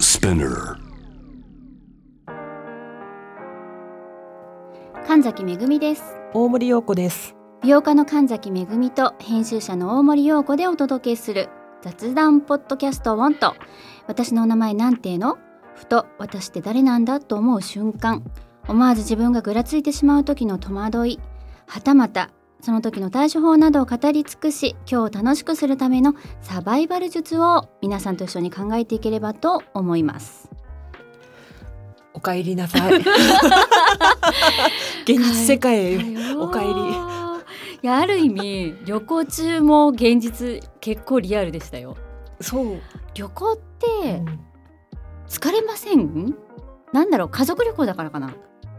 Spinner. 神崎めぐみです大森洋子です。美容家の神崎めぐみと編集者の大森洋子でお届けする雑談ポッドキャストウォント私のお名前なんてのふと私って誰なんだと思う瞬間思わず自分がぐらついてしまう時の戸惑いはたまたその時の対処法などを語り尽くし今日を楽しくするためのサバイバル術を皆さんと一緒に考えていければと思いますお帰りなさい。 現実世界へ。お帰り いやある意味旅行中も現実結構リアルでしたよそう。旅行っうてん疲れませんなんだろう家族旅行だからかな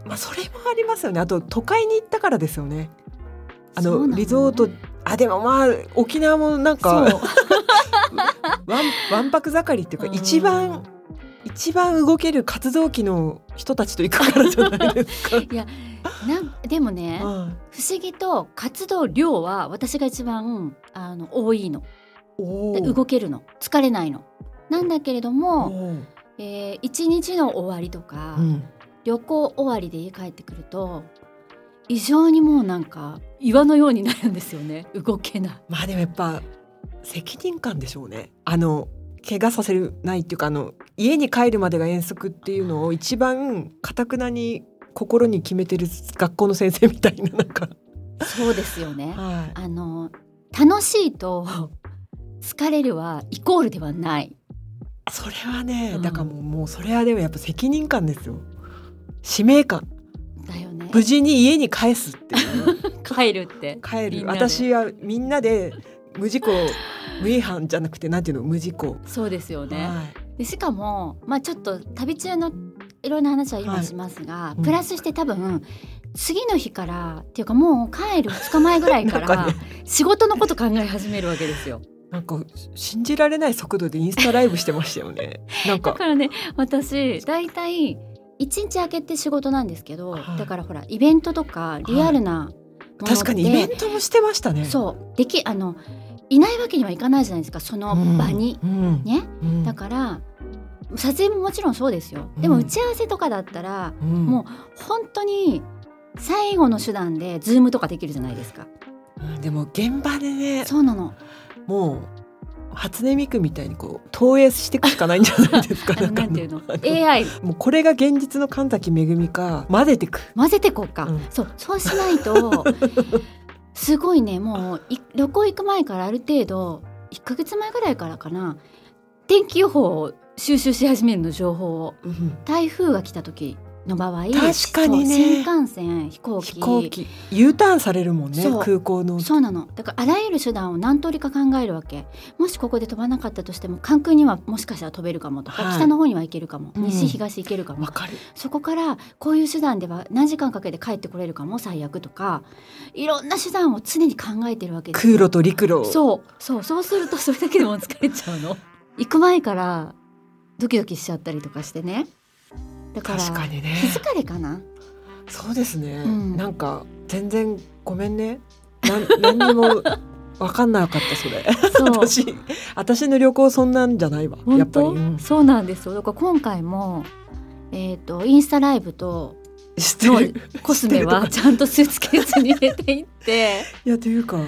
まあそれもありますよね。あと都会に行ったからですよね。あそうなののリゾートあでもまあ沖縄もなんかわんそう わんぱく盛りっていうか一番一番動ける活動期の人たちと行くからじゃないです か。なんでもねうん不思議と活動量は私が一番あの多いのおでー動けるの疲れないのなんだけれどおも、ー。えー一日の終わりとか、うん旅行終わりで家帰ってくると異常にもうなんか岩のようになるんですよね 動けないまあでもやっぱ責任感でしょうね。あの怪我させるないっていうかあの家に帰るまでが遠足っていうのを一番かたくなに心に決めてる学校の先生みたいななんか。そうですよねはあの楽しいと疲れるはイコールではないい。それはね、うんだからもうもうそれはでもやっぱ責任感ですよ。使命感だよね無事に家に帰すっていう帰るって帰 みんるなで私はみんなで無事故無違反じゃなくてなんていうの無事故、そうですよね、はいでしかもまあちょっと旅中のいろんな話は今しますが、いうんプラスして多分次の日からっていうかもう帰る2日前ぐらいか なんからね仕事のこと考え始めるわけですよなんか信じられない速度でインスタライブしてました よね。なんだかからね私大体一日明けて仕事なんですけど、はいだからほらイベントとかリアルなものって、確かにイベントもしてましたね。そうできあのいないわけにはいかないじゃないですかその場に、うんねうんだから撮影ももちろんそうですよでうもん打ち合わせとかだったら、うんも本当に最後の手段でズームとかできるじゃないですかうんでも現場でねそうなのもう初音ミクみたいにこう投影していくしかないんじゃないです かあのかなんて いうのあ AI もうこれが現実の神崎めぐみか混ぜてく混ぜてこうか、うんそうそうしない とすごいねもうい旅行行く前からある程度1ヶ月前ぐらいからかな天気予報を収集し始めるの情報をうん台風が来た時の場合確かにねそう新幹線飛行機飛行機 U ターンされるもんねそう空港のそうなのだからあらゆる手段を何通りか考えるわけもしここで飛ばなかったとしても関空にはもしかしたら飛べるかもとか、はい北の方には行けるかもうん西、東行けるかもわかるそこからこういう手段では何時間かけて帰ってこれるかも最悪とかいろんな手段を常に考えてるわけです空路と陸路そうそうそうするとそれだけでも疲れちゃう の行く前からドキドキしちゃったりとかしてねだから確かにね気疲れか なそうですね、うんなんか全然ごめんねなん 何にもわかんなかったそれそう私私の旅行そんなんじゃないわやっ本ぱり、当、うん、そうなんですよだから今回もえっ、とインスタライブと知ってのるコスメはちゃんとスーツケースに入れてい っていやというか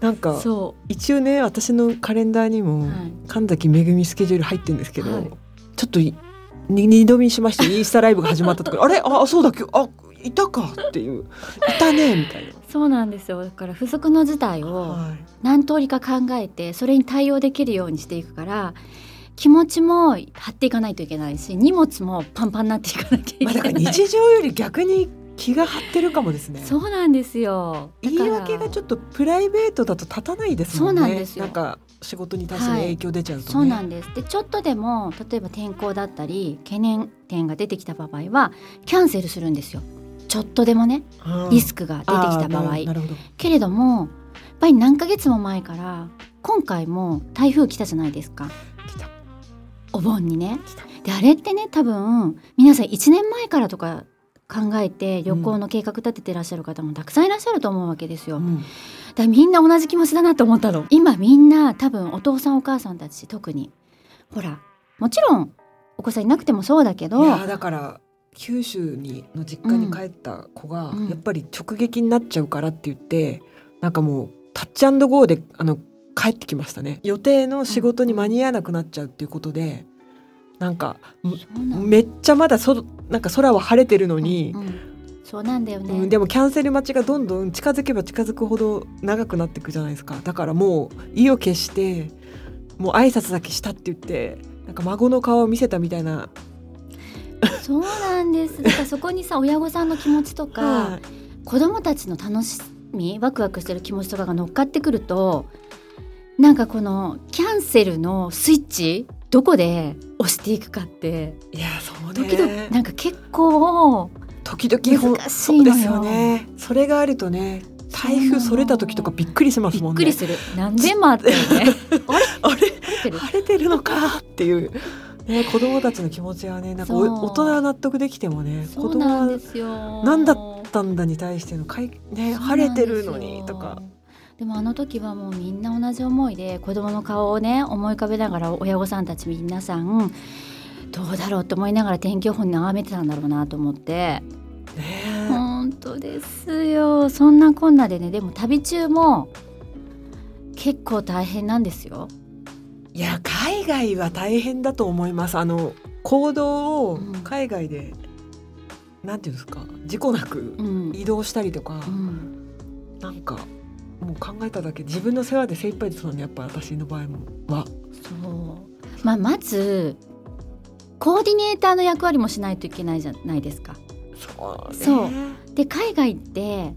なんかそ一応ね私のカレンダーにも、う、はい、神崎めぐみスケジュール入ってるんですけど、はいちょっといに二度見しましたインスタライブが始まった ところあれあそうだ今日あいたかっていういたねみたいそうなんですよだから不測の事態な、をはい、何通りか考えてそれに対応できるようにしていくから気持ちも張っていかないといけないし荷物もパンパンになっていかなきゃいけまなあい、だから日常より逆に気が張ってるかもですねそうなんですよだ言からい訳がちょっとプライベートだと立たないですもんねそうなんですよなんか仕事に対しての影響出ちゃうとね、そうなんですでちょっとでも例えば天候だったり懸念点が出てきた場合はキャンセルするんですよちょっとでもねうんリスクが出てきた場あ合、ーななるほどけれどもやっぱり何ヶ月も前から今回も台風来たじゃないですか来たお盆にね来たであれってね多分皆さん1年前からとか考えて旅行の計画立ててらっしゃる方もたくさんいらっしゃると思うわけですよ、うんだからみんな同じ気持ちだなと思ったの今みんな多分お父さんお母さんたち特にほらもちろんお子さんいなくてもそうだけどいやーだから九州にの実家に帰った子が、うんやっぱり直撃になっちゃうからって言ってなんかもうタッチゴーであの帰ってきましたね予定の仕事に間に合わなくなっちゃうっていうことでなんかそうなんめっちゃまだそなんか空は晴れてるのにう、んそうなんだよね、うんでもキャンセル待ちがどんどん近づけば近づくほど長くなっていくじゃないですかだからもう意を決してもう挨拶だけしたって言ってなんか孫の顔を見せたみたいなそうなんですだからそこにさ親御さんの気持ちとか、はい子供たちの楽しみワクワクしてる気持ちとかが乗っかってくるとなんかこのキャンセルのスイッチどこで押していくかっていやそうね時々、なんか結構時々ほん難しそいうのでよすよねそれがあるとね台風それた時とかびっくりしまびすもっんくねりする何でもあったよね あれ晴れてる晴れてるのかっていう、ね、子供たちの気持ちはねなんかおそう大人は納得できてもねそ子う供なんはですよなんだったんだに対してのかい、ね、そう晴なんれてですよるのにとかでもあの時はもうみんな同じ思いで子供の顔をね思い浮かべながら親御さんたち皆さんどうだろうと思いながら天気予報に眺めてたんだろうなと思ってね本当ですよそんなこんなでねでも旅中も結構大変なんですよ。いや海外は大変だと思いますあの行動をうん海外で、なんていうんですか事故なくうん移動したりとか、うんなんかもう考えただけ自分の世話で精一杯ですもんねやっぱ私の場合もはそうまあ、まずコーディネーターの役割もしないといけないじゃないですか。そうねで海外って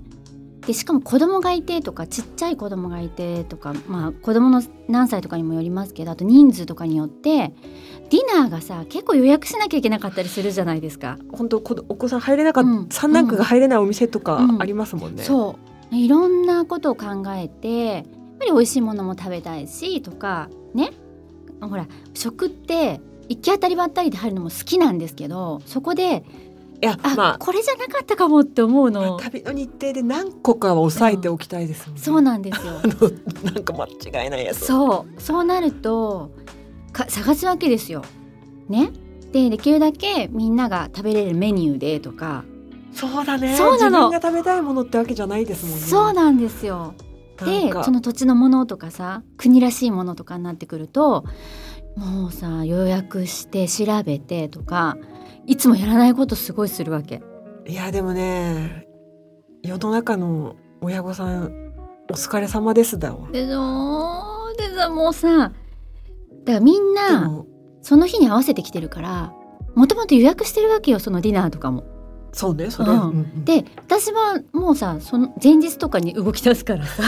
でしかも子供がいてとかちっちゃい子供がいてとか、まあ、子供の何歳とかにもよりますけどあと人数とかによってディナーがさ結構予約しなきゃいけなかったりするじゃないですか。本当こお子さん入れなかった、うん三段階が入れないお店とかうんありますもんね、そういろんなことを考えてやっぱり美味しいものも食べたいしとかねほら食って行き当たりばったりで入るのも好きなんですけどそこでいやあ、まあこれじゃなかったかもって思うの旅の日程で何個かは抑えておきたいですもんね、そうなんですよ。 あのなんか間違いないやつそうそうなるとか探すわけですよ。ねでできるだけみんなが食べれるメニューでとか、そうだねそうなの自分が食べたいものってわけじゃないですもんねそうなんですよ。なでんかその土地のものとかさ国らしいものとかになってくるともうさ予約して調べてとかいつもやらないことすごいするわけ。いやでもね世の中の親御さんお疲れ様ですだわでそうでさもうさだからみんでなもその日に合わせてきてるからもともと予約してるわけよそのディナーとかも。そうねそれ、うんうんうんで私はもうさその前日とかに動き出すから さ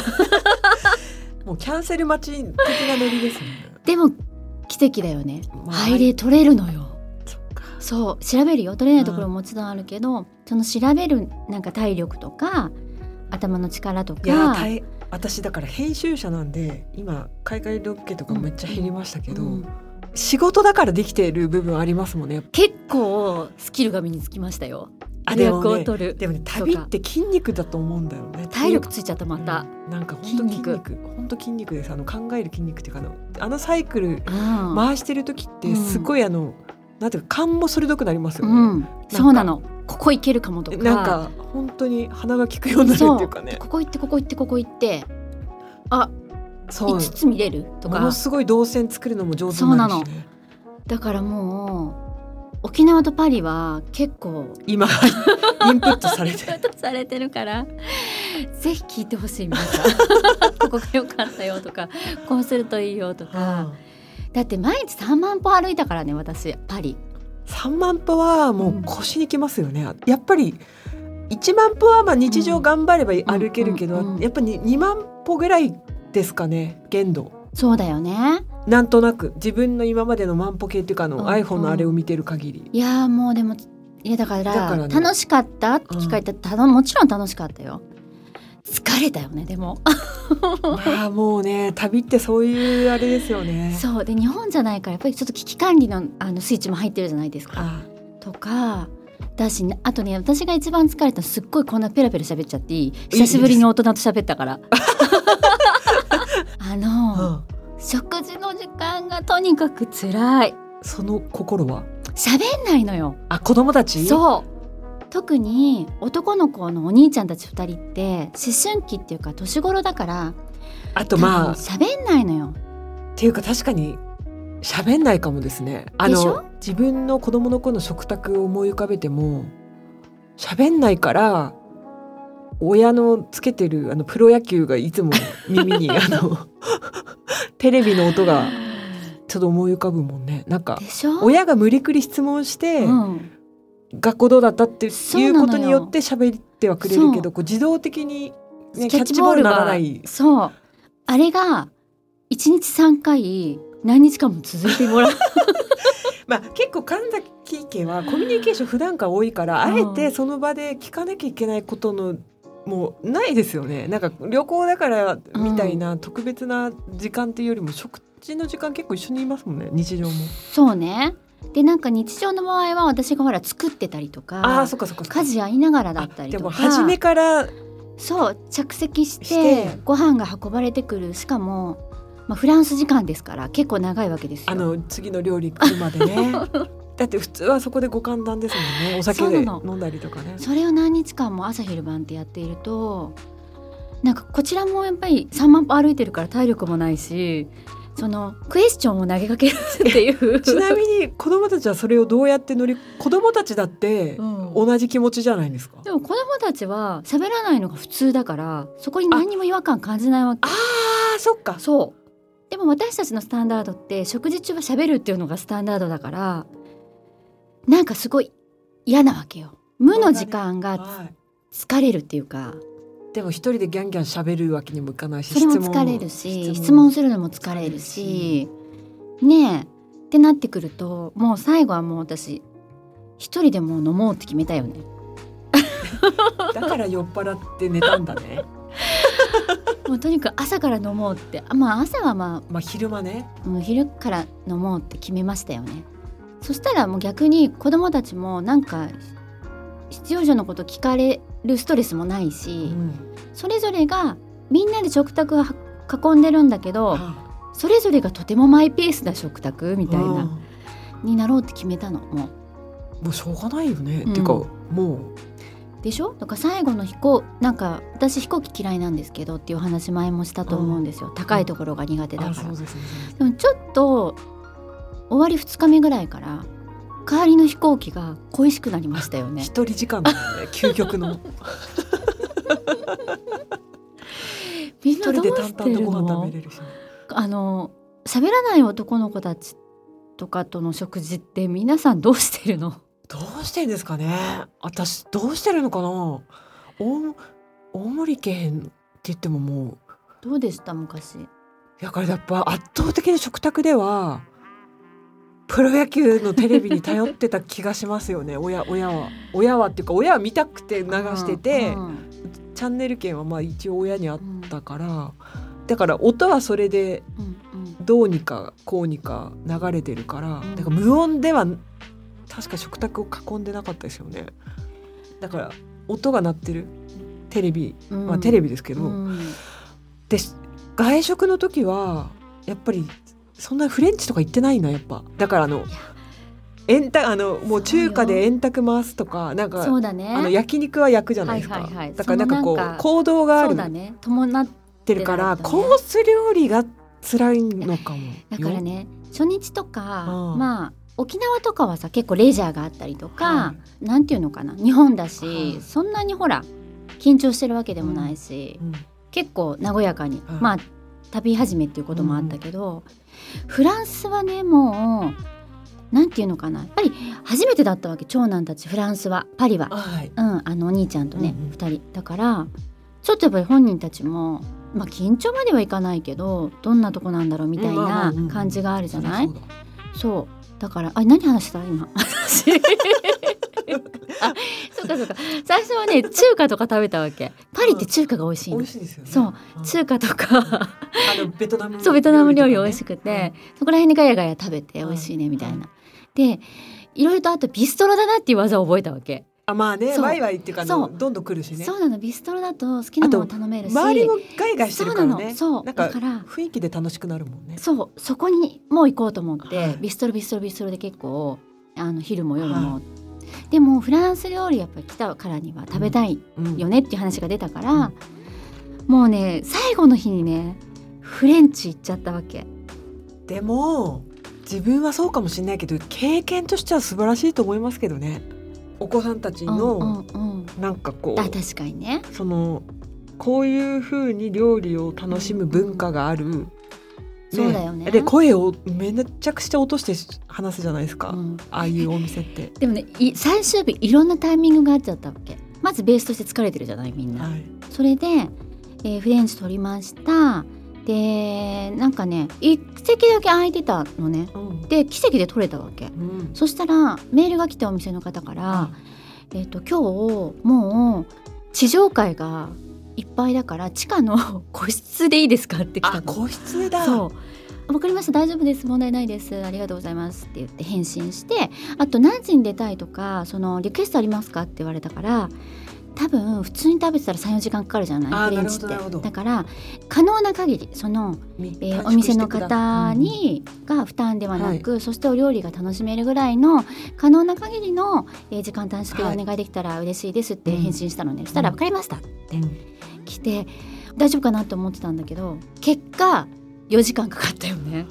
もうキャンセル待ち的なノリですね。でも奇跡だよねまあ入れ取れるのよそっかそう調べるよ取れないところももちろんあるけど、その調べるなんか体力とか頭の力といやか大私だから編集者なんで今海外ロケとかめっちゃ減りましたけど、うん仕事だからできている部分ありますもんね。結構スキルが身につきましたよあ予でも約をね取る、でもね旅って筋肉だと思うんだよね。体力ついちゃったまた、うんなんか本当筋肉本当筋肉ですあの考える筋肉っていうかあのあのサイクルうん回してる時ってうんすごいあの、なんていうか勘も鋭くなりますよね。うん、そうなのここ行けるかもとかなんか本当に鼻が利くようになるっていうかね。ここ行ってここ行ってここ行ってあそう5つ見れるとかものすごい動線作るのも上手になるし、ね、だからもう沖縄とパリは結 構今インプットされ てされてるからぜひ聞いてほしい皆 さんここが良かったよとかこうするといいよとかだって毎日3万歩歩いたからね私パリ3万歩はもう腰にきますよね、やっぱり1万歩はまあ日常頑張れば歩けるけど、うんうんうんやっぱり2万歩ぐらいですかね限度そうだよねなんとなく自分の今までの万歩計っていうかあの、うんうん iPhone のあれを見てる限りいやーもうでもいやだからだからね楽しかったって聞かれたら、たのもちろん楽しかったよ疲れたよねでもまあもうね旅ってそういうあれですよね そうで日本じゃないからやっぱりちょっと危機管理のあのスイッチも入ってるじゃないですかあとかだしあとね私が一番疲れたのすっごいこんなペラペラ喋っちゃっていい久しぶりに大人と喋ったから あの、うん食事の時間がとにかく辛いその心は喋んないのよあ子供たちそう特に男の子のお兄ちゃんたち2人って思春期っていうか年頃だからあとまあ多分喋んないのよっていうか確かに喋んないかもですねあでしのょ自分の子供の子の食卓を思い浮かべても喋んないから親のつけてるあのプロ野球がいつも耳 にあのテレビの音がちょっと思い浮かぶもんねなんかでしょ、親が無理くり質問して、うん、学校どうだったってそういなのようことによって喋ってはくれるけそどこう自動的に、ね、キキャャッッチチボボーールルがならないそうあれが1日3回何日間も続いてもらうまあ、結構神崎家はコミュニケーション普段から多いからあえてその場で聞かなきゃいけないことのもうないですよねなんか旅行だからみたいな特別な時間っていうよりも食事の時間結構一緒にいますもんね日常も。そうねでなんか日常の場合は私がほら作ってたりとあかあそっかそっかそっか。家事やりながらだったりでともか初めからそう着席してしてご飯が運ばれてくるしかも、まあ、フランス時間ですから結構長いわけですよ。あの次の料理来るまでね。だって普通はそこで五感談ですもんねお酒でそうなの飲んだりとかね。それを何日間も朝昼晩ってやっているとなんかこちらもやっぱり3万歩歩いてるから体力もないしそのクエスチョンを投げかけるっていう ちなみに子供たちはそれをどうやって乗り子供たちだってうん同じ気持ちじゃないんですかでも子供たちは喋らないのが普通だからそこに何にも違和感感じないわけああそっかそうでも私たちのスタンダードって食事中は喋るっていうのがスタンダードだからなんかすごい嫌なわけよ無の時間がはい疲れるっていうかでも一人でギャンギャン喋るわけにもいかないしそれも質問疲れるし質問するのも疲れるしねえってなってくるともう最後はもう私一人でもう飲もうって決めたよねだから酔っ払って寝たん だねもうとにかく朝から飲もうってあまあ朝はまあまあ昼間ねもう昼から飲もうって決めましたよねそしたらもう逆に子供たちもなんか必要以上のこと聞かれるストレスもないうし、んそれぞれがみんなで食卓をは囲んでるんだけどあそれぞれがとてもマイペースな食卓みたいうんなもになろうって決めたのもうしょうがないよね、うんっていうかもうでしょだから最後の飛行なんか私飛行機嫌いなんですけどっていうお話前もしたと思うんですよ、高いところが苦手うだあからそうですねそうですねでもちょっと終わり2日目ぐらいから代わりの飛行機が恋しくなりましたよね 一人時間だもんね究 極のみん一など人うでし淡て々るとご飯食のべれるし、あの喋らない男の子たちとかとの食事って皆さんどうしてる のどうしてんですかね私どうしてるのかな大大森県って言ってももうどうでした昔だからやっぱ圧倒的に食卓ではプロ野球のテレビに頼ってた気がしますよね 親親は親はっていうか親は見たくて流してて、うんうんチャンネル権はまあ一応親にあっうんたからだから音はそれでうんうんどうにかこうにか流れてるからうんだから無音では確か食卓を囲んでなかったですよねだから音が鳴ってるテレビうんまあテレビですけど、うんで外食の時はやっぱりそんなフレンチとか行ってないなやっぱだからあの円卓あのもう中華で円卓回すとかなんか、そうだねあの焼肉は焼くじゃないですか、はいはいはいだからなんかこそのうなんか行動があそるうっだね伴ってるからそうだねコース料理が辛いのかもよだからね初日とか、うんまあ沖縄とかはさ結構レジャーがあったりとか、はなんていうのかな日本だし、はいそんなにほら緊張してるわけでもないし、うん結構和やかに、はいまあ旅始めっていうこともあったけど、フランスはねもうなんていうのかなやっぱり初めてだったわけ長男たちフランスはパリは、はいうん、あのお兄ちゃんとね、うんうん二人だからちょっとやっぱり本人たちも、まあ、緊張まではいかないけどどんなとこなんだろうみたいうんまあまあなうんうん感じがあるじゃない、そうだそうだからあ何話した 今あそうかそうか最初はね中華とか食べたわけパリって中華が美味しい美の味しいですよねそう中華とかあのベトナムそうベトナム料理美とかね味しくて、そこら辺でガヤガヤ食べて美味しいねみたいな、でいろいろとあとビストロだなっていう技を覚えたわけ、あまあねそうワイワイっていうかあそのうどんどん来るしねそうなのビストロだと好きなもの頼めるし周りもガイガイしてるかそらねうなのそうなんかだから雰囲気で楽しくなるもんねそうそこにもう行こうと思って、はいビストロビストロビストロで結構あの昼も夜も、はでもフランス料理やっぱり来たからには食べたいうんよねっていう話が出たから、もうね最後の日にねフレンチ行っちゃったわけでも自分はそうかもしれないけど経験としては素晴らしいと思いますけどねお子さんたちうんのうんうんなんかこあう確かにねそのこういうふうに料理を楽しむ文化がある、そうだよねで声をめちゃくちゃ落として話すじゃないですか、うんああいうお店って。でもねい最終日いろんなタイミングがあっちゃったわけまずベースとして疲れてるじゃないみん な、はい、それで、えーフレンチ取りましたでなんかね一席だけ空いてたのねうんで奇跡で取れたわけうんそしたらメールが来たお店の方から「えー、と今日もう地上階がいっぱいだから地下の 個室でいいですか?」って来たあの個室だそう。わかりました大丈夫です問題ないですありがとうございますって言って返信してあと何時に出たいとかそのリクエストありますかって言われたから多分普通に食べてたら34時間かかるじゃないあーフレンチってなるほどなるほどだから可能な限りその、みえー短お縮して店のくだ方に、が負担ではなく、そしてお料理が楽しめるぐらいの可能な限りの、えー時間短縮でお願いできたら嬉しいですって返信したのね、したら「うん分かりました」うんうん来て大丈夫かなと思ってたんだけど結果4時間かかったよね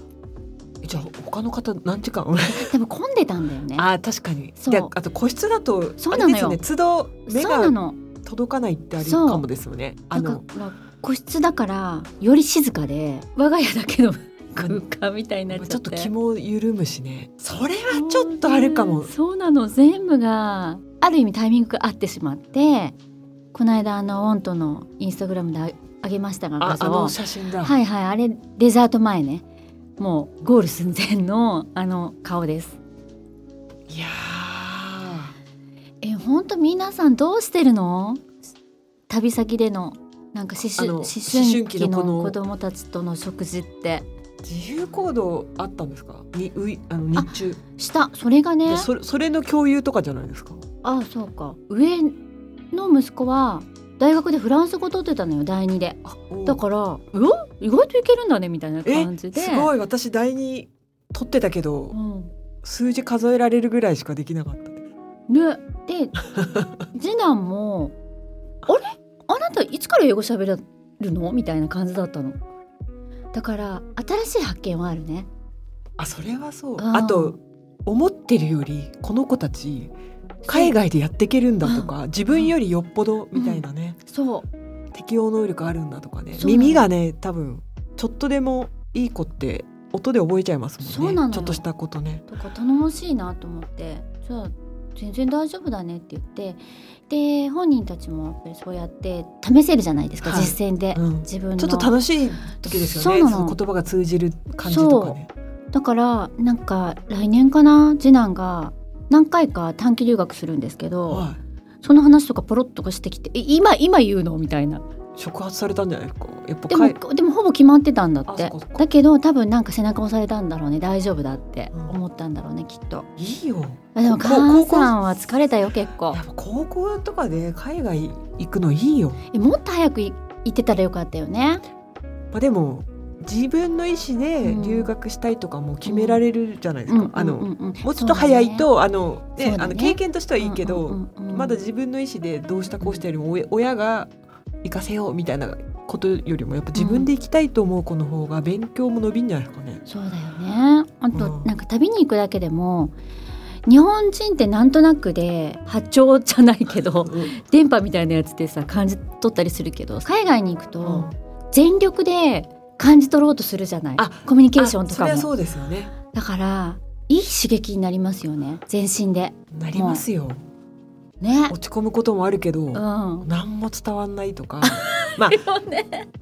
じゃあ他の方何時間でも混んでたんだよね あー確かにそうであと個室だとそうなのよあれですね都度そう目ながの届かないってあるそうかもですよねあだかのら個室だからより静かで我が家だけの空間みたいになっちゃってちょっと気も緩むしねそれはちょっとあるかもそうなの全部がある意味タイミングが合ってしまってこの間あのオントのインスタグラムでああげましたが画あ像あの写真だ、はいはいあれデザート前ねもうゴール寸前のあの顔ですい、やえ本当皆さんどうしてるの旅先でのなんか思春あの思春思春期期のこのの子供たちとの食事ってー自由行動あったんですかにういあの日中したそれがでねそれそれの共有とかじゃないですかあそうか上の息子は大学でフランス語取ってたのよ第二であおーだから「うわ意外といけるんだね」みたいなえ感じですごい私第二取ってたけどうん数字数えられるぐらいしかできなかったですね、 で次男も「あれあなたいつから英語喋れるの?」みたいな感じだったのだから新しい発見はあるねあそれはそううんあと思ってるよりこの子たち海外でやっていけるんだとか自分よりよっぽどみたいなね、そう適応能力あるんだとかねそうなの耳がね多分ちょっとでもいい子って音で覚えちゃいますもんねそうなのよちょっとしたことねとか頼もしいなと思ってじゃあ全然大丈夫だねって言ってで本人たちもやっぱりそうやって試せるじゃないですか、はい実践で、うん自分のちょっと楽しい時ですよねそうなのその言葉が通じる感じとかねだからなんか来年かな次男が何回か短期留学するんですけど、はその話とかポロッとかしてきて「え今今言うの?」みたいない触発されたんじゃないですかやっぱでも海でもほぼ決まってたんだっあてそっかそっかだけど多分なんか背中押されたんだろうね大丈夫だってうん思ったんだろうねきっといいよあでもこ母高校さんは疲れたよ結構やっぱ高校とかで海外行くのいいよえもっと早くい行ってたらよかったよねまあ、でも自分の意思で留学したいとかも決められるじゃないですか、あの、もうちょっと早いと、あのねそうだねあの経験としてはいいけど、まだ時自分の意思でどうしたこうしたよりも親親が行かせようみたいなことよりもやっぱ自分で行きたいと思う子の方が勉強も伸びんじゃないですかね。そうだよねあと、うんなんか旅に行くだけでも日本人ってなんとなくで波長じゃないけ ど電波みたいなやつでさ感じ取ったりするけど海外に行くうんと全力で感じ取ろうとするじゃない、あコミュニケーションとあそかれはもそうですよね。だからいい刺激になりますよね全身でなりますよ。ね落ち込むこともあるけど、うん何も伝わんないとかまあ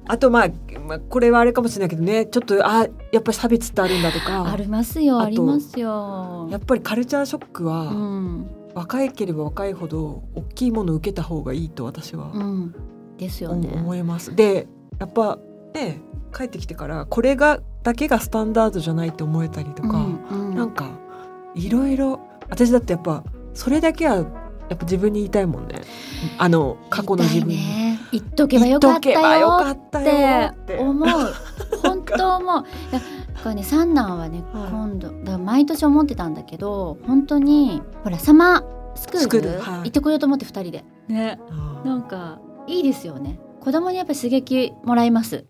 あとまあ、まあ、これはあれかもしれないけどねちょっとあやっぱり差別ってあるんだとか ありますよああとりますよやっぱりカルチャーショックうは、ん若ければ若いほど大きいものを受けた方がいいと私はうんですよね思います。でやっぱね帰ってきてからこれがだけがスタンダードじゃないって思えたりとか、うんうんなんかいろいろ私だってやっぱそれだけはやっぱ自分に言いたいもんねあの過去の自分言にい。たいね言っとけばよかった言っとけばよよかったよっってて思う本当もういやからねサンナーはね、はい今度だから毎年思ってたんだけど本当にほらサマースクールスクールはい行ってこようと思って2人でねあーなんかいいですよね子供にやっぱり刺激もらいます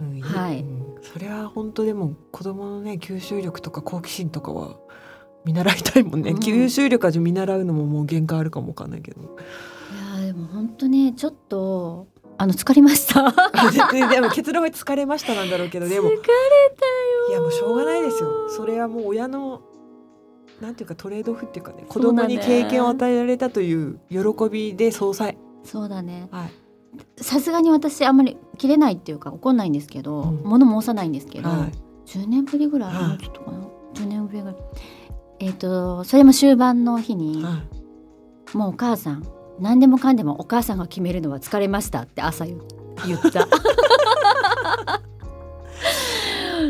うんはいうんそれは本当でも子供のね吸収力とか好奇心とかは見習いたいもんね、うん吸収力は見習うのももう限界あるかもわかんないけ どいやーでも本当ねちょっとあの疲れましたででも結論は疲れましたなんだろうけどでも疲れいやもうしょうがないですよそれはもう親のなんていうかトレードオフっていうかね子そう供だねに経験を与えられたという喜びで総裁そうだねはいさすがに私あんまり切れないっていうか怒んないんですけど、うん物申さないんですけど、はい10年ぶりぐらい、はいもうちょっとかな10年ぶりぐらいえっ、とそれも終盤の日に、はもうお母さん何でもかんでもお母さんが決めるのは疲れましたって朝 言言った、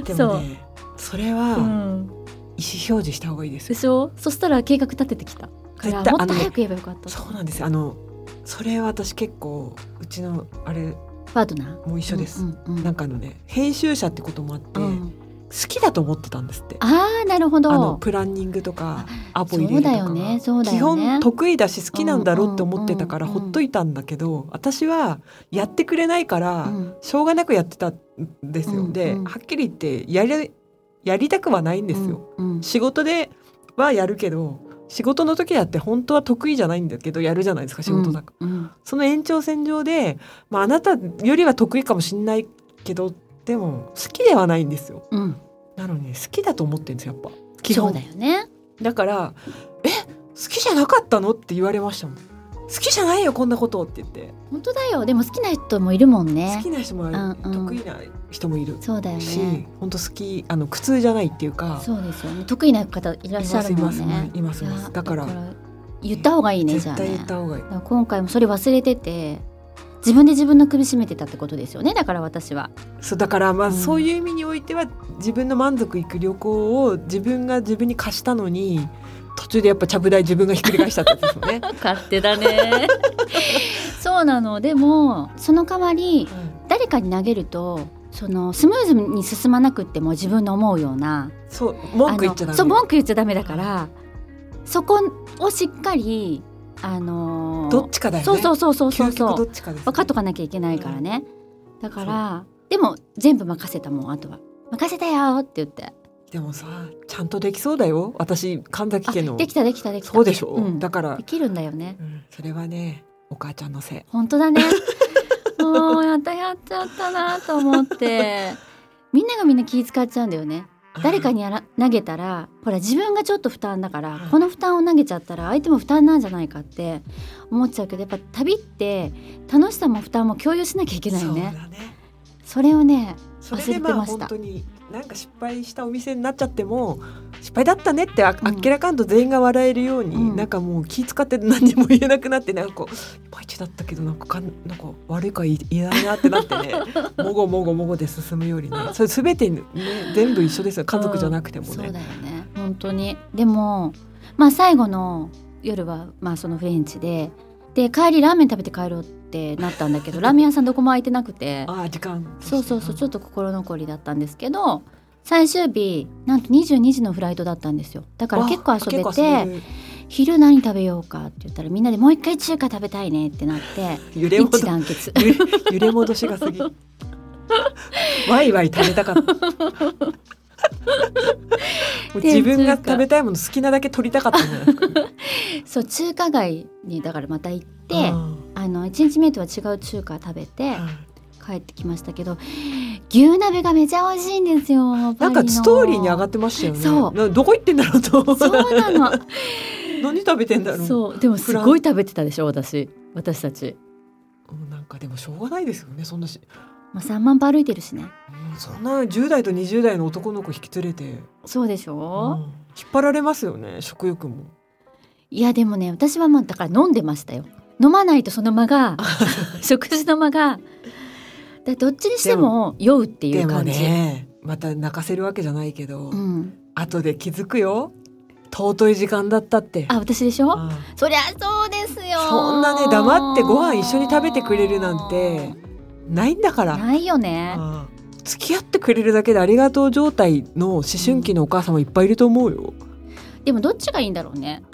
いでもねそれはう意思ん、表示した方がいいですでよしょそしたら計画立ててきたか絶ら対もっとあのね早く言えばよかったそうなんですよあのそれは私結構うちのあれパートナーも一緒です、うんうんうんなんかあのね編集者ってこともあって、うん好きだと思ってたんですってああなるほあのどプランニングとかアそポ入れうるとだかよねそうだ基よね本得意だし好きなんだろうって思ってたからうんうんうんほっといたんだけど私はやってくれないからうんしょうがなくやってたんですうんうよんではっきり言ってやりやりたくはないんですようんうん仕事ではやるけど仕事の時だって本当は得意じゃないんだけどやるじゃないですか仕事だからうんその延長線上でまああなたよりは得意かもしんないけどでも好きではないんですようんなのに好きだと思ってるんですよやっぱ基そ本うだよねだから「え好きじゃなかったの?」って言われましたもん「好きじゃないよこんなこと」って言って、本当だよでも好きな人もいるもんね好きな人もいる、うんうん得意な人もいるそうだよし、ね本当好きあの苦痛じゃないっていうかそうですよね得意な方いらっしゃるもんねいますいますいますいまやすだから言った方がいいねじゃ絶あね対言った方がいい、だから今回もそれ忘れてて自分で自分の首絞めてたってことですよねだから私はそうだからまあ、うんそういう意味においては自分の満足いく旅行を自分が自分に貸したのに途中でやっぱちゃぶ台自分がひっくり返したってことですよ ね。勝手だね そうなのでもその代わり誰かに投げるとそのスムーズに進まなくっても自分の思うようなそう文句言っちあゃダのメそう文句言っちゃダメだからそこをしっかりあのーどっちかだよねそうそうそうそうそ究うそ極どうっちかです、ね、分かっとかなきゃいけないからね、だからでも全部任せたもんあとは任せたよって言ってでもさちゃんとできそうだよ私神崎家あのできたできたできたそうでしょ、んだからで、きるんだよねうんそれはねお母ちゃんのせい本当だ ねもうやったやっちゃったなと思ってみんながみんな気遣っちゃうんだよね誰かにやら投げたらほら自分がちょっと負担だからはいこの負担を投げちゃったら相手も負担なんじゃないかって思っちゃうけどやっぱ旅って楽しさも負担も共有しなきゃいけないよそうねだねそれをねそれで忘れまてあまし本た当になんか失敗したお店になっちゃっても失敗だったねってあ,、うんっけらかんと全員が笑えるように、うんなんかもう気使って何にも言えなくなってなんかこういまいちだったけどなんかかんなんか悪いから言えないなってなって ねもごもごもごで進むよりねそれ全てね全部一緒ですよ家族じゃなくてもそうね。だよね本当にでもまあ最後の夜はまあそのフレンチでで帰りラーメン食べて帰ろうってなったんだ けどラーメン屋さんどこも空いてなくてああ時間そうそうそうちょっとと心残りだったんですけど最終日なんと22時のフライトだったんですよだから結構遊べて昼何食べようかって言ったらみんなでもう一回中華食べたいねってなって揺れ戻一致団結 揺れ 揺れ戻しが過ぎワイワイ食べた かったもうで自分が食べたいもの好きなだけ取りたかった んじゃないですかそう中華街にだからまた行ってうんあの1日目とは違う中華食べてはい帰ってきましたけど牛鍋がめちゃ美味しいんですよなんかストーリーに上がっってましたよねそうなどこ行ってんだろうとそうなの 何食べてんだろうそうでもフすランごい食べてたでしょ私私たち、もうなんかでもしょうがないですよねそんなしまあ、3万歩歩いてるしねうんそんな10代と20代の男の子引き連れて、そうでしうょ、ん引っ張られますよね食欲もいやでもね私はまあだから飲んでましたよ飲まないとその間 が食事の間がだどっちにしても酔うっていでうも感じ、ねまた泣かせるわけじゃないけど、うん、後で気づくよ尊い時間だったってあ私でしょあそりゃそうですよそんなね黙ってご飯一緒に食べてくれるなんてないんだからないよねあ付き合ってくれるだけでありがとう状態の思春期のお母さんもいっぱいいると思うよ。でもどっちがいいんだろうね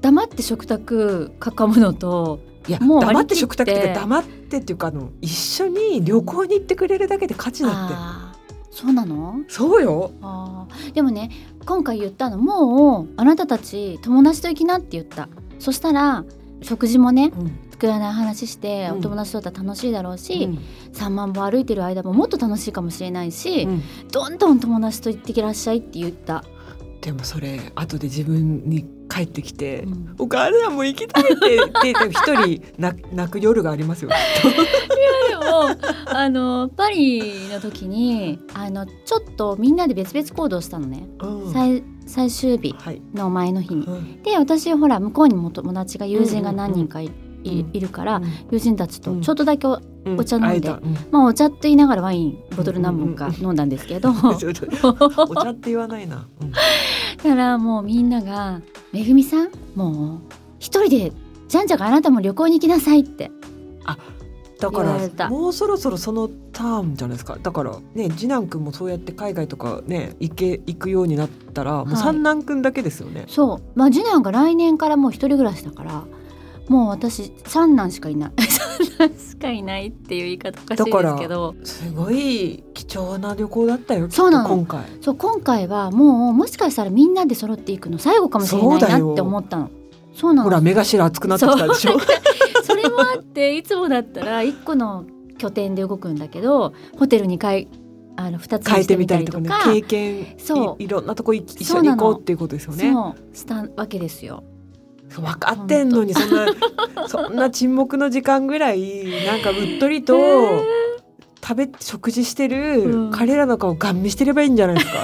黙って食卓囲むのといやもう黙っ割り切ってて食卓っていうか黙ってっていうかあの一緒に旅行に行ってくれるだけで価値だってあーそうなのそうよあーでもね今回言ったのもうあなたたち友達と行きなって言ったそしたら食事もね作らない話してうんお友達とだったら楽しいだろうし、うん3万歩歩いてる間ももっと楽しいかもしれないし、うんどんどん友達と行ってきらっしゃいって言った、でもそれ後で自分に帰ってきてうん「お母さんも行きたい」って言ってでも一人泣泣く夜がありますよ。でもあのパリの時にあのちょっとみんなで別々行動したのね、うん最最終日はいの前の日に。うんで私ほら向こうにも友達が友人が何人かい,うんい、いるから、うん友人たちとちょっとだけお,、うんお茶飲んで会えたうんまあ、お茶って言いながらワインボトル何本か飲んだんですけど、 ちょっと お茶って言わないな。うんだからもうみんなが「めぐみさんもう一人でじゃんじゃかあなたも旅行に行きなさい」ってだ言われかたらもうそろそろそのターンじゃないですかだからね次男くんもそうやって海外とかね行け行くようになったらもはいう三男くんだけですよね、そうまあ次男が来年からもう一人暮らしだからもう私三男しかいない 三男しかいないっていう言い方おかしいですけどすごい貴重な旅行だったよきっとそうなの今回そう今回はもうもしかしたらみんなで揃っていくの最後かもしれないなって思ったのそうなほらの目頭熱くなってきたでしょそれもあっていつもだったら一個の拠点で動くんだけどホテルに変えあの2つ変にえしててみみたたりりととかかね経験そういいろんなとこ一そ緒うにな行のこうっていうことですよねそうしたわけです よ。そう分かってんのにそんなそんな沈黙の時間ぐらいなんかうっとりと食べ食事してうるん彼らの顔ガン見してればいいんじゃないですか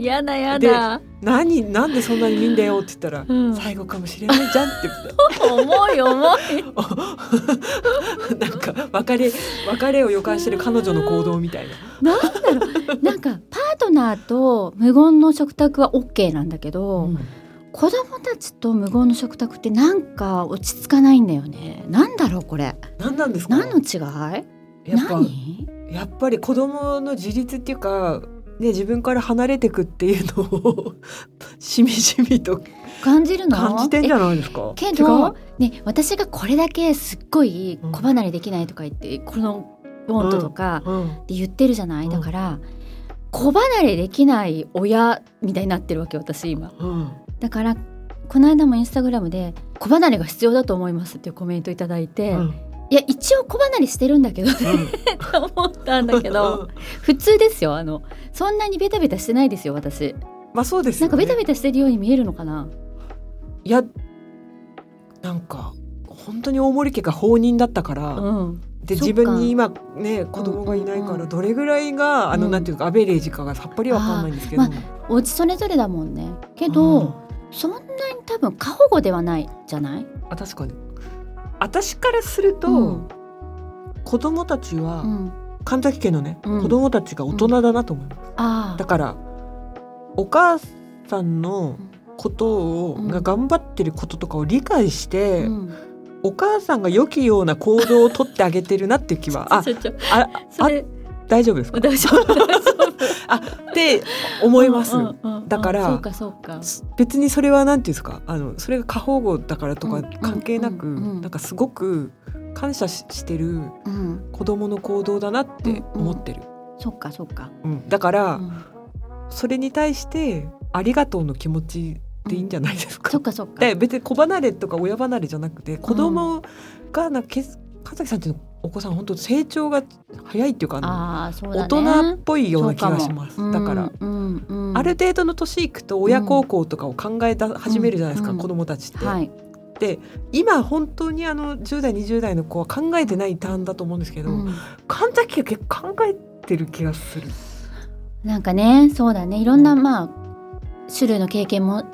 やだやだだ。何なんでそんなに見んだよって言ったら、うん最後かもしれないじゃんって重い重い。言ってなんか別れ別れを予感してる彼女の行動みたい ななんだろう。なんかパートナーと無言の食卓は OK なんだけど、子供たちと無言の食卓ってなんか落ち着かないんだよね。なんだろうこれ。何なんですか何の違い？やっぱ何？やっぱり子供の自立っていうかね自分から離れてくっていうのをしみじみと感じるの？感じてんじゃないですかえけ違どうね私がこれだけすっごい小離れできないとか言って、このボントとか。うんって言ってるじゃない、うんだから子離れできない親みたいになってるわけ私今うんだからこの間もインスタグラムで「子離れが必要だと思います」っていうコメントいただいて、うんいや一応子離れしてるんだけどねって思ったんだけ ど普通ですよあのそんなにベタベタしてないですよ私まあそうですなよんかねベタベタしてるように見えるのかな、いやなんか本当に大森家が放任だったから、うん、でそっか自分に今ね子供がいなういかんうんうらんどれぐらいが、あうのんなんていうかアベレージかがさっぱりわかんないんですけど、あお家それぞれだもんねけど、そんなに多分過保護ではないじゃない、うんあ確かに私からすると、うん子供たちうは、ん、神崎家のね、うん子供たちが大人だなと思います、あだからお母さんのことを、うんが頑張ってることとかを理解して、あ、うん、お母さんが良きような行動をとってあげてるなっていう気はあちょちょあそれ大丈夫ですか大丈夫大丈夫あって思います、うんうんうんうんだからそうかそうか別にそれはなんていうんですかあのそれが過保護だからとうかん関係なく、うんうんうんなんかすごく感謝ししてるうん子供の行動だなって思ってる、そうかそうか、うんだから、うんそれに対してありがとうの気持ちでいいんじゃないですか、そっかそっか で別に子離れとか親離れじゃなくて子供がなんかけ神崎さんっていうのお子さん本当成長が早いっていうかあのああそうだ大ね人っぽいような気がそしかまもすだから、うんうんうんある程度の年いくと親孝行とかを考えだ始めるじゃないですか、うん子供たちって、はい今本当にあの10代20代の子は考えてないターンだと思うんですけど、うん神崎は結構考えてる気がするなんかねそうだねいろんなうんまあ種類の経験も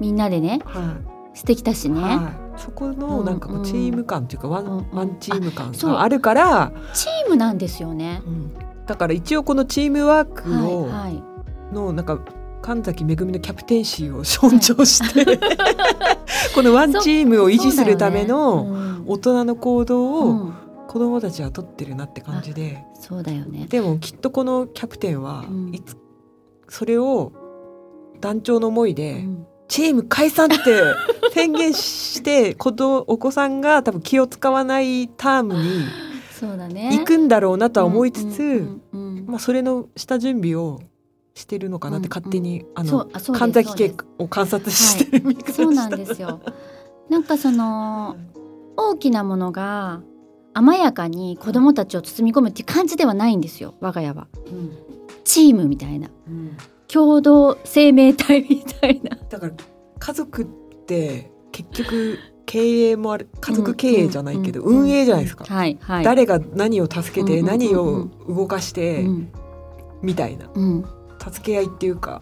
みんなでねはい、してきたしねはい、そこのなんかこうチーム感というかワン,、うんうんワンチーム感そうがあるから、チームなんですよねうんだから一応このチームワーはクを、いはいのなんか神崎めぐみのキャプテンシーを尊重して、 このワンチームを維持するためそうのだよね大人の行動うんをうん子供たちは取ってるなって感じでそうだよねでもきっとこのキャプテンはうんいつ、それを団長の思いうで、んチーム解散って宣言して 子供お子さんが多分気を使わないターム にそうだね行くんだろうなとは思いつつ、うんうんうんうんまあ、それの下準備をしてるのかなってうん勝手に、あそのうあそうです神崎そうで家すを観察してる、見方そうなんしたですよ。なんかその大きなものが甘やかに子供たちを包み込むっていう感じではないんですよ我が家は。うんチームみたいなうん共同生命体みたいな。だから家族って結局経営もある家族経営じゃないけどうんうんうん運営じゃないですか、はいはい。誰が何を助けて、うんうんうん何を動かして、うんみたいなうん助け合いっていうか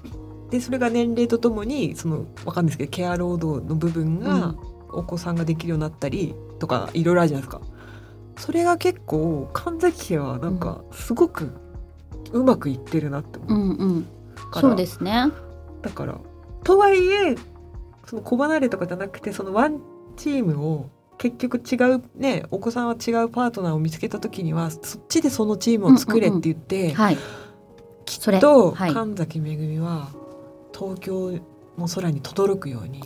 でそれが年齢とともにそのわかんないですけどケア労働の部分が、うんお子さんができるようになったりとかいろいろあるじゃないですかそれが結構神崎家はなんかすごくうまくいってるなってう思うんうん。から、そうですね。だからとはいえその子離れとかじゃなくてそのワンチームを結局違うねお子さんは違うパートナーを見つけた時にはそっちでそのチームを作れって言って、はい。きそれっとはい神崎めぐみは東京の空に轟くように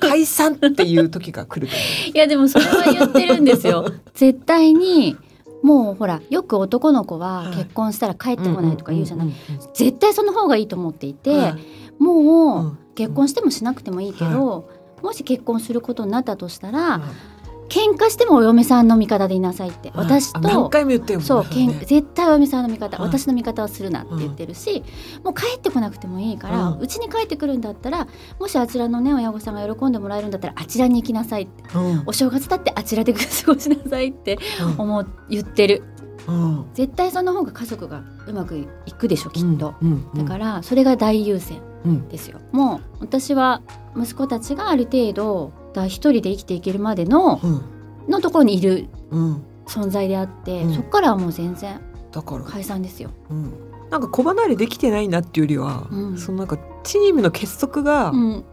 解散っていう時が来ると思いやでもそれは言ってるんです よ。絶対にもうほらよく男の子ははい結婚したら帰ってうこないとか言うじゃない。んんうんうん絶対その方がいいと思っていて、はいもう、うん結婚してもしなくてもいいけど、もし結婚することになったとしたら、はい喧嘩してもお嫁さんの味方でいなさいって、私あ何と回も言ってるもんねそう、けんれね絶対お嫁さんの味方、はい私の味方をするなって言ってるし、もう帰ってこなくてもいいからうんうち、に帰ってくるんだったらもしあちらのね親御さんが喜んでもらえるんだったらあちらに行きなさいってうんお正月だってあちらで過ごしなさいって思う言ってるうんうん絶対その方が家族がうまくいくでしょきっと、うんうんだからそれが大優先うんですよもう私は息子たちがある程度だ一人で生きていけるまでのうんのところにいるうん存在であって、うんそこからはもう全然だから解散ですよ。うんなんか子離れできてないなっていうよりはうんそのなんかチームの結束がうん、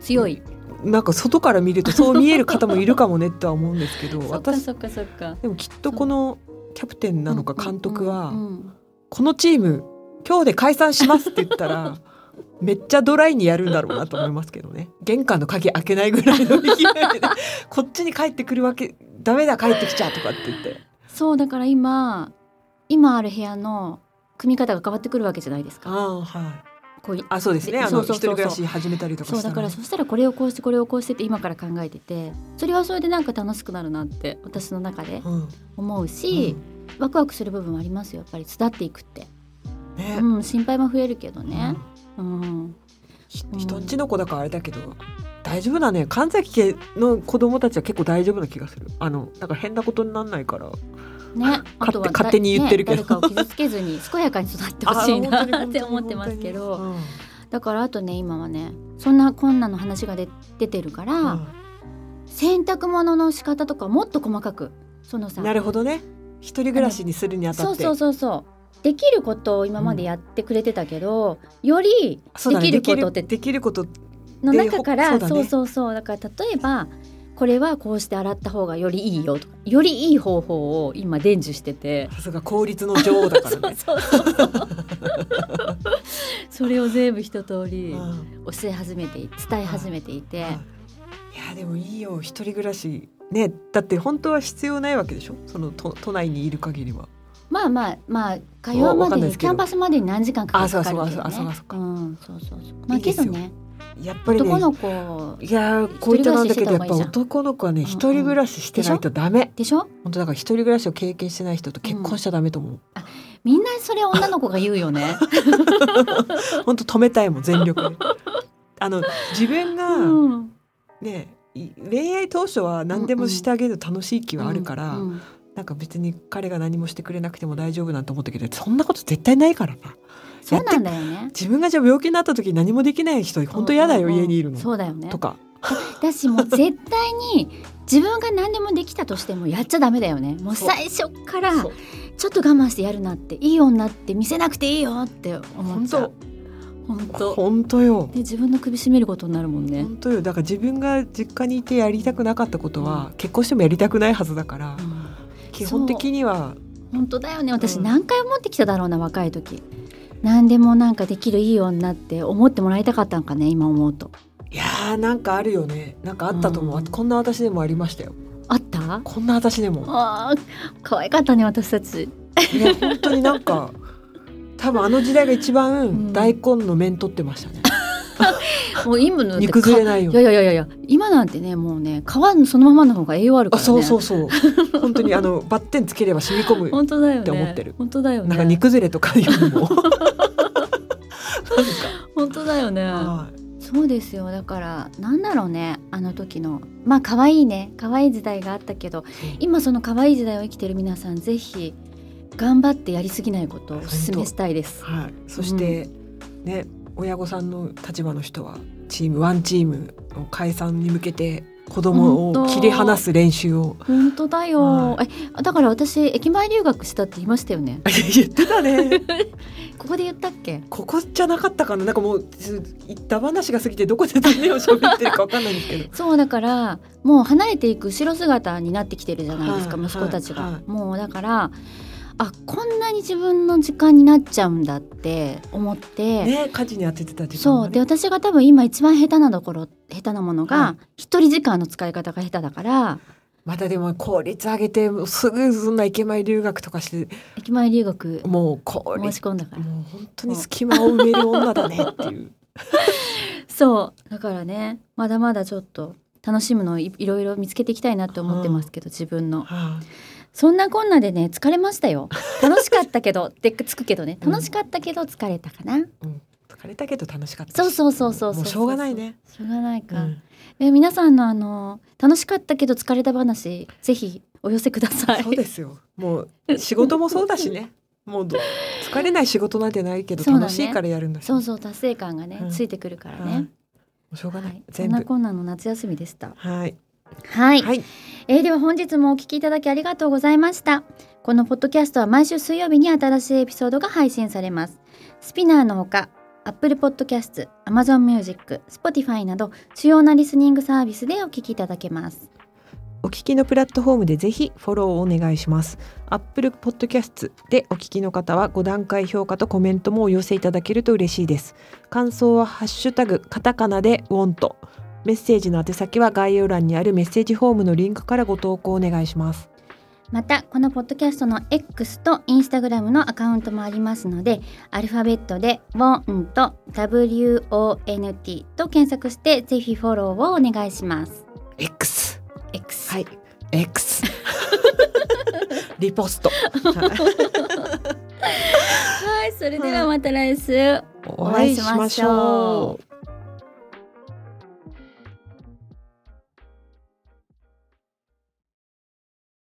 強い。なんか外から見るとそう見える方もいるかもねとは思うんですけ どそっか私そっかそっか。でもきっとこのキャプテンなのか監督はうんうんこのチーム今日で解散しますって言ったら めっちゃドライにやるんだろうなと思いますけどね玄関の鍵開けないぐらいの勢いで こっちに帰ってくるわけダメだ帰ってきちゃうとかって言ってそうだから今今ある部屋の組み方が変わってくるわけじゃないですあか。あはいこういあそうですねあそのうそ一うそうそう人暮らし始めたりとかそうしただらからそしたらこれをこうしてこれをこうしてって今から考えててそれはそれでなんか楽しくなるなって私の中でうん思うし、ワクワクする部分はありますよやっぱり伝っていくって、うんねうん、心配も増えるけどねう、んうん、ひ人んちの子だからあれだけど大丈夫だね神崎家の子供たちは結構大丈夫な気がするあのなんか変なことにならないからね、あとはだ勝手に言ってるけどね、誰かを傷つけずに健やかに育ってほしいなって思ってますけど、だからあとね今はねそんな困難の話が出出てるから、あ洗濯物の仕方とかもっと細かくそのさなるほどね一人暮らしにするにあたそうってそうそうそうできることを今までやってくれてたけど、よりそうだねできることってできることの中からそうう,、そだねそうそうだから例えばこれはこうして洗った方がよりいいよとかよりいい方法を今伝授してて。さすが効率の女王だから ねそうそうそうそれを全部一通りうん教え始めてい伝え始めていて、いやでもいいよ一人暮らしねだって本当は必要ないわけでしょその都都内にいる限りはまあまあまあ会話わまかでんないでにすけキどャンパスまでに何時間かかあるかそうかるそけうどあそうねかそうかうんそうそうそうまあいいけですよどねやっぱりね男の子いやーこういったなんだけどやっぱ男の子はねうんうん一人暮らししてないとダメでしょ本当だから一人暮らしを経験してない人と結婚しちゃダメと思う、みんなそれ女の子が言うよね。本当止めたいもん全力であの自分うがんね、い恋愛当初は何でもしてあげると楽しい気はあるから、うんなんか別に彼が何もしてくれなくても大丈夫なんて思ったけどそんなこと絶対ないからなそうなんだよね。自分がじゃあ病気になった時何もできない人本当嫌だよ、うんうんうん家にいるのそうだよねと。かだしもう絶対に自分が何でもできたとしてもやっちゃダメだよね。もうそう最初からそうちょっと我慢してやるなっていい女って見せなくていいよって思っ本ちゃ当う。本当。本当よで自分の首絞めることになるもんね。本当よだから自分が実家にいてやりたくなかったことは、結婚してもやりたくないはずだから、うん基本的には本当だよね私うん何回思ってきただろうな、若い時何でもなんかできるいい女って思ってもらいたかったんかね今思うといやーなんかあるよねなんかあったと思う、うんこんな私でもありましたよあったこんな私でも、あー可愛かったね私たちね、本当にな んか多分あの時代が一番大根の面取ってましたね、もう今のだって煮崩れないよういやいやいやいや今なんてねもうね皮そのままの方が栄養あるかあらねそうそうそう本当にあのバッテンつければ染み込む本当だよねって思ってる本当だよねなんか煮崩れとかいうの もなんか本当だよねはいそうですよだからなんだろうねあの時のまあ可愛いね可愛い時代があったけど今その可愛い時代を生きてる皆さんぜひ頑張ってやりすぎないことをお勧めしたいですはい、そして、ね親御さんの立場の人はチームワンチームの解散に向けて子供本を当切り離す練習を本当だよ、はえだから私駅前留学した って言いましたよね言ってたねここで言ったっけ ここじゃなかったかななんかもう言った話が過ぎてどこで何を喋ってるかわかんないんで すけどそうだからもう離れていく後ろ姿になってきてるじゃないですか、はい息子たちが、はいはもうだからあこんなに自分の時間になっちゃうんだって思って、ね家事に当ててた時間そがうねで私が多分今一番下手なところ下手なものはが一人時間の使い方が下手だからまたでも効率上げてもうすぐそんな駅前留学とかして駅前留学もう効申し率込んだから、もう本当に隙間を埋める女だねっ ていうそうだからねまだまだちょっと楽しむのをいいろいろ見つけていきたいなって思ってますけど、自分のはそんなこんなでね疲れました よ楽しかったけどってつくけどね楽しかったけど疲れたかな、あ、うん、疲れたけど楽しかったしそうそうそうそうそうもうしょうがないね、しょうがないうか、ん、え皆さんのあの楽しかったけど疲れた話ぜひお寄せくださいそうですよもう仕事もそうだしねもうど疲れない仕事なんてないけどそうだね楽しいからやるんだしそうそう達成感がね、うんついてくるからはいねも、うしょうがはない、い、そ全ん部なこんなの夏休みでしたはいはい、はいえーでは本日もお聞きいただきありがとうございましたこのポッドキャストは毎週水曜日に新しいエピソードが配信されますスピナーのほか Apple Podcast、Amazon Music、Spotify など主要なリスニングサービスでお聞きいただけますお聞きのプラットフォームでぜひフォローをお願いします。Apple Podcast でお聞きの方は5段階評価とコメントもお寄せいただけると嬉しいです。感想はハッシュタグカタカナでウォント。メッセージの宛先は概要欄にあるメッセージフォームのリンクからご投稿お願いします。またこのポッドキャストの X と Instagram のアカウントもありますのでアルファベットで WONT WONT と検索してぜひフォローをお願いします X X、はい X リポ スト。はいそれではまた来週お会いしましょう。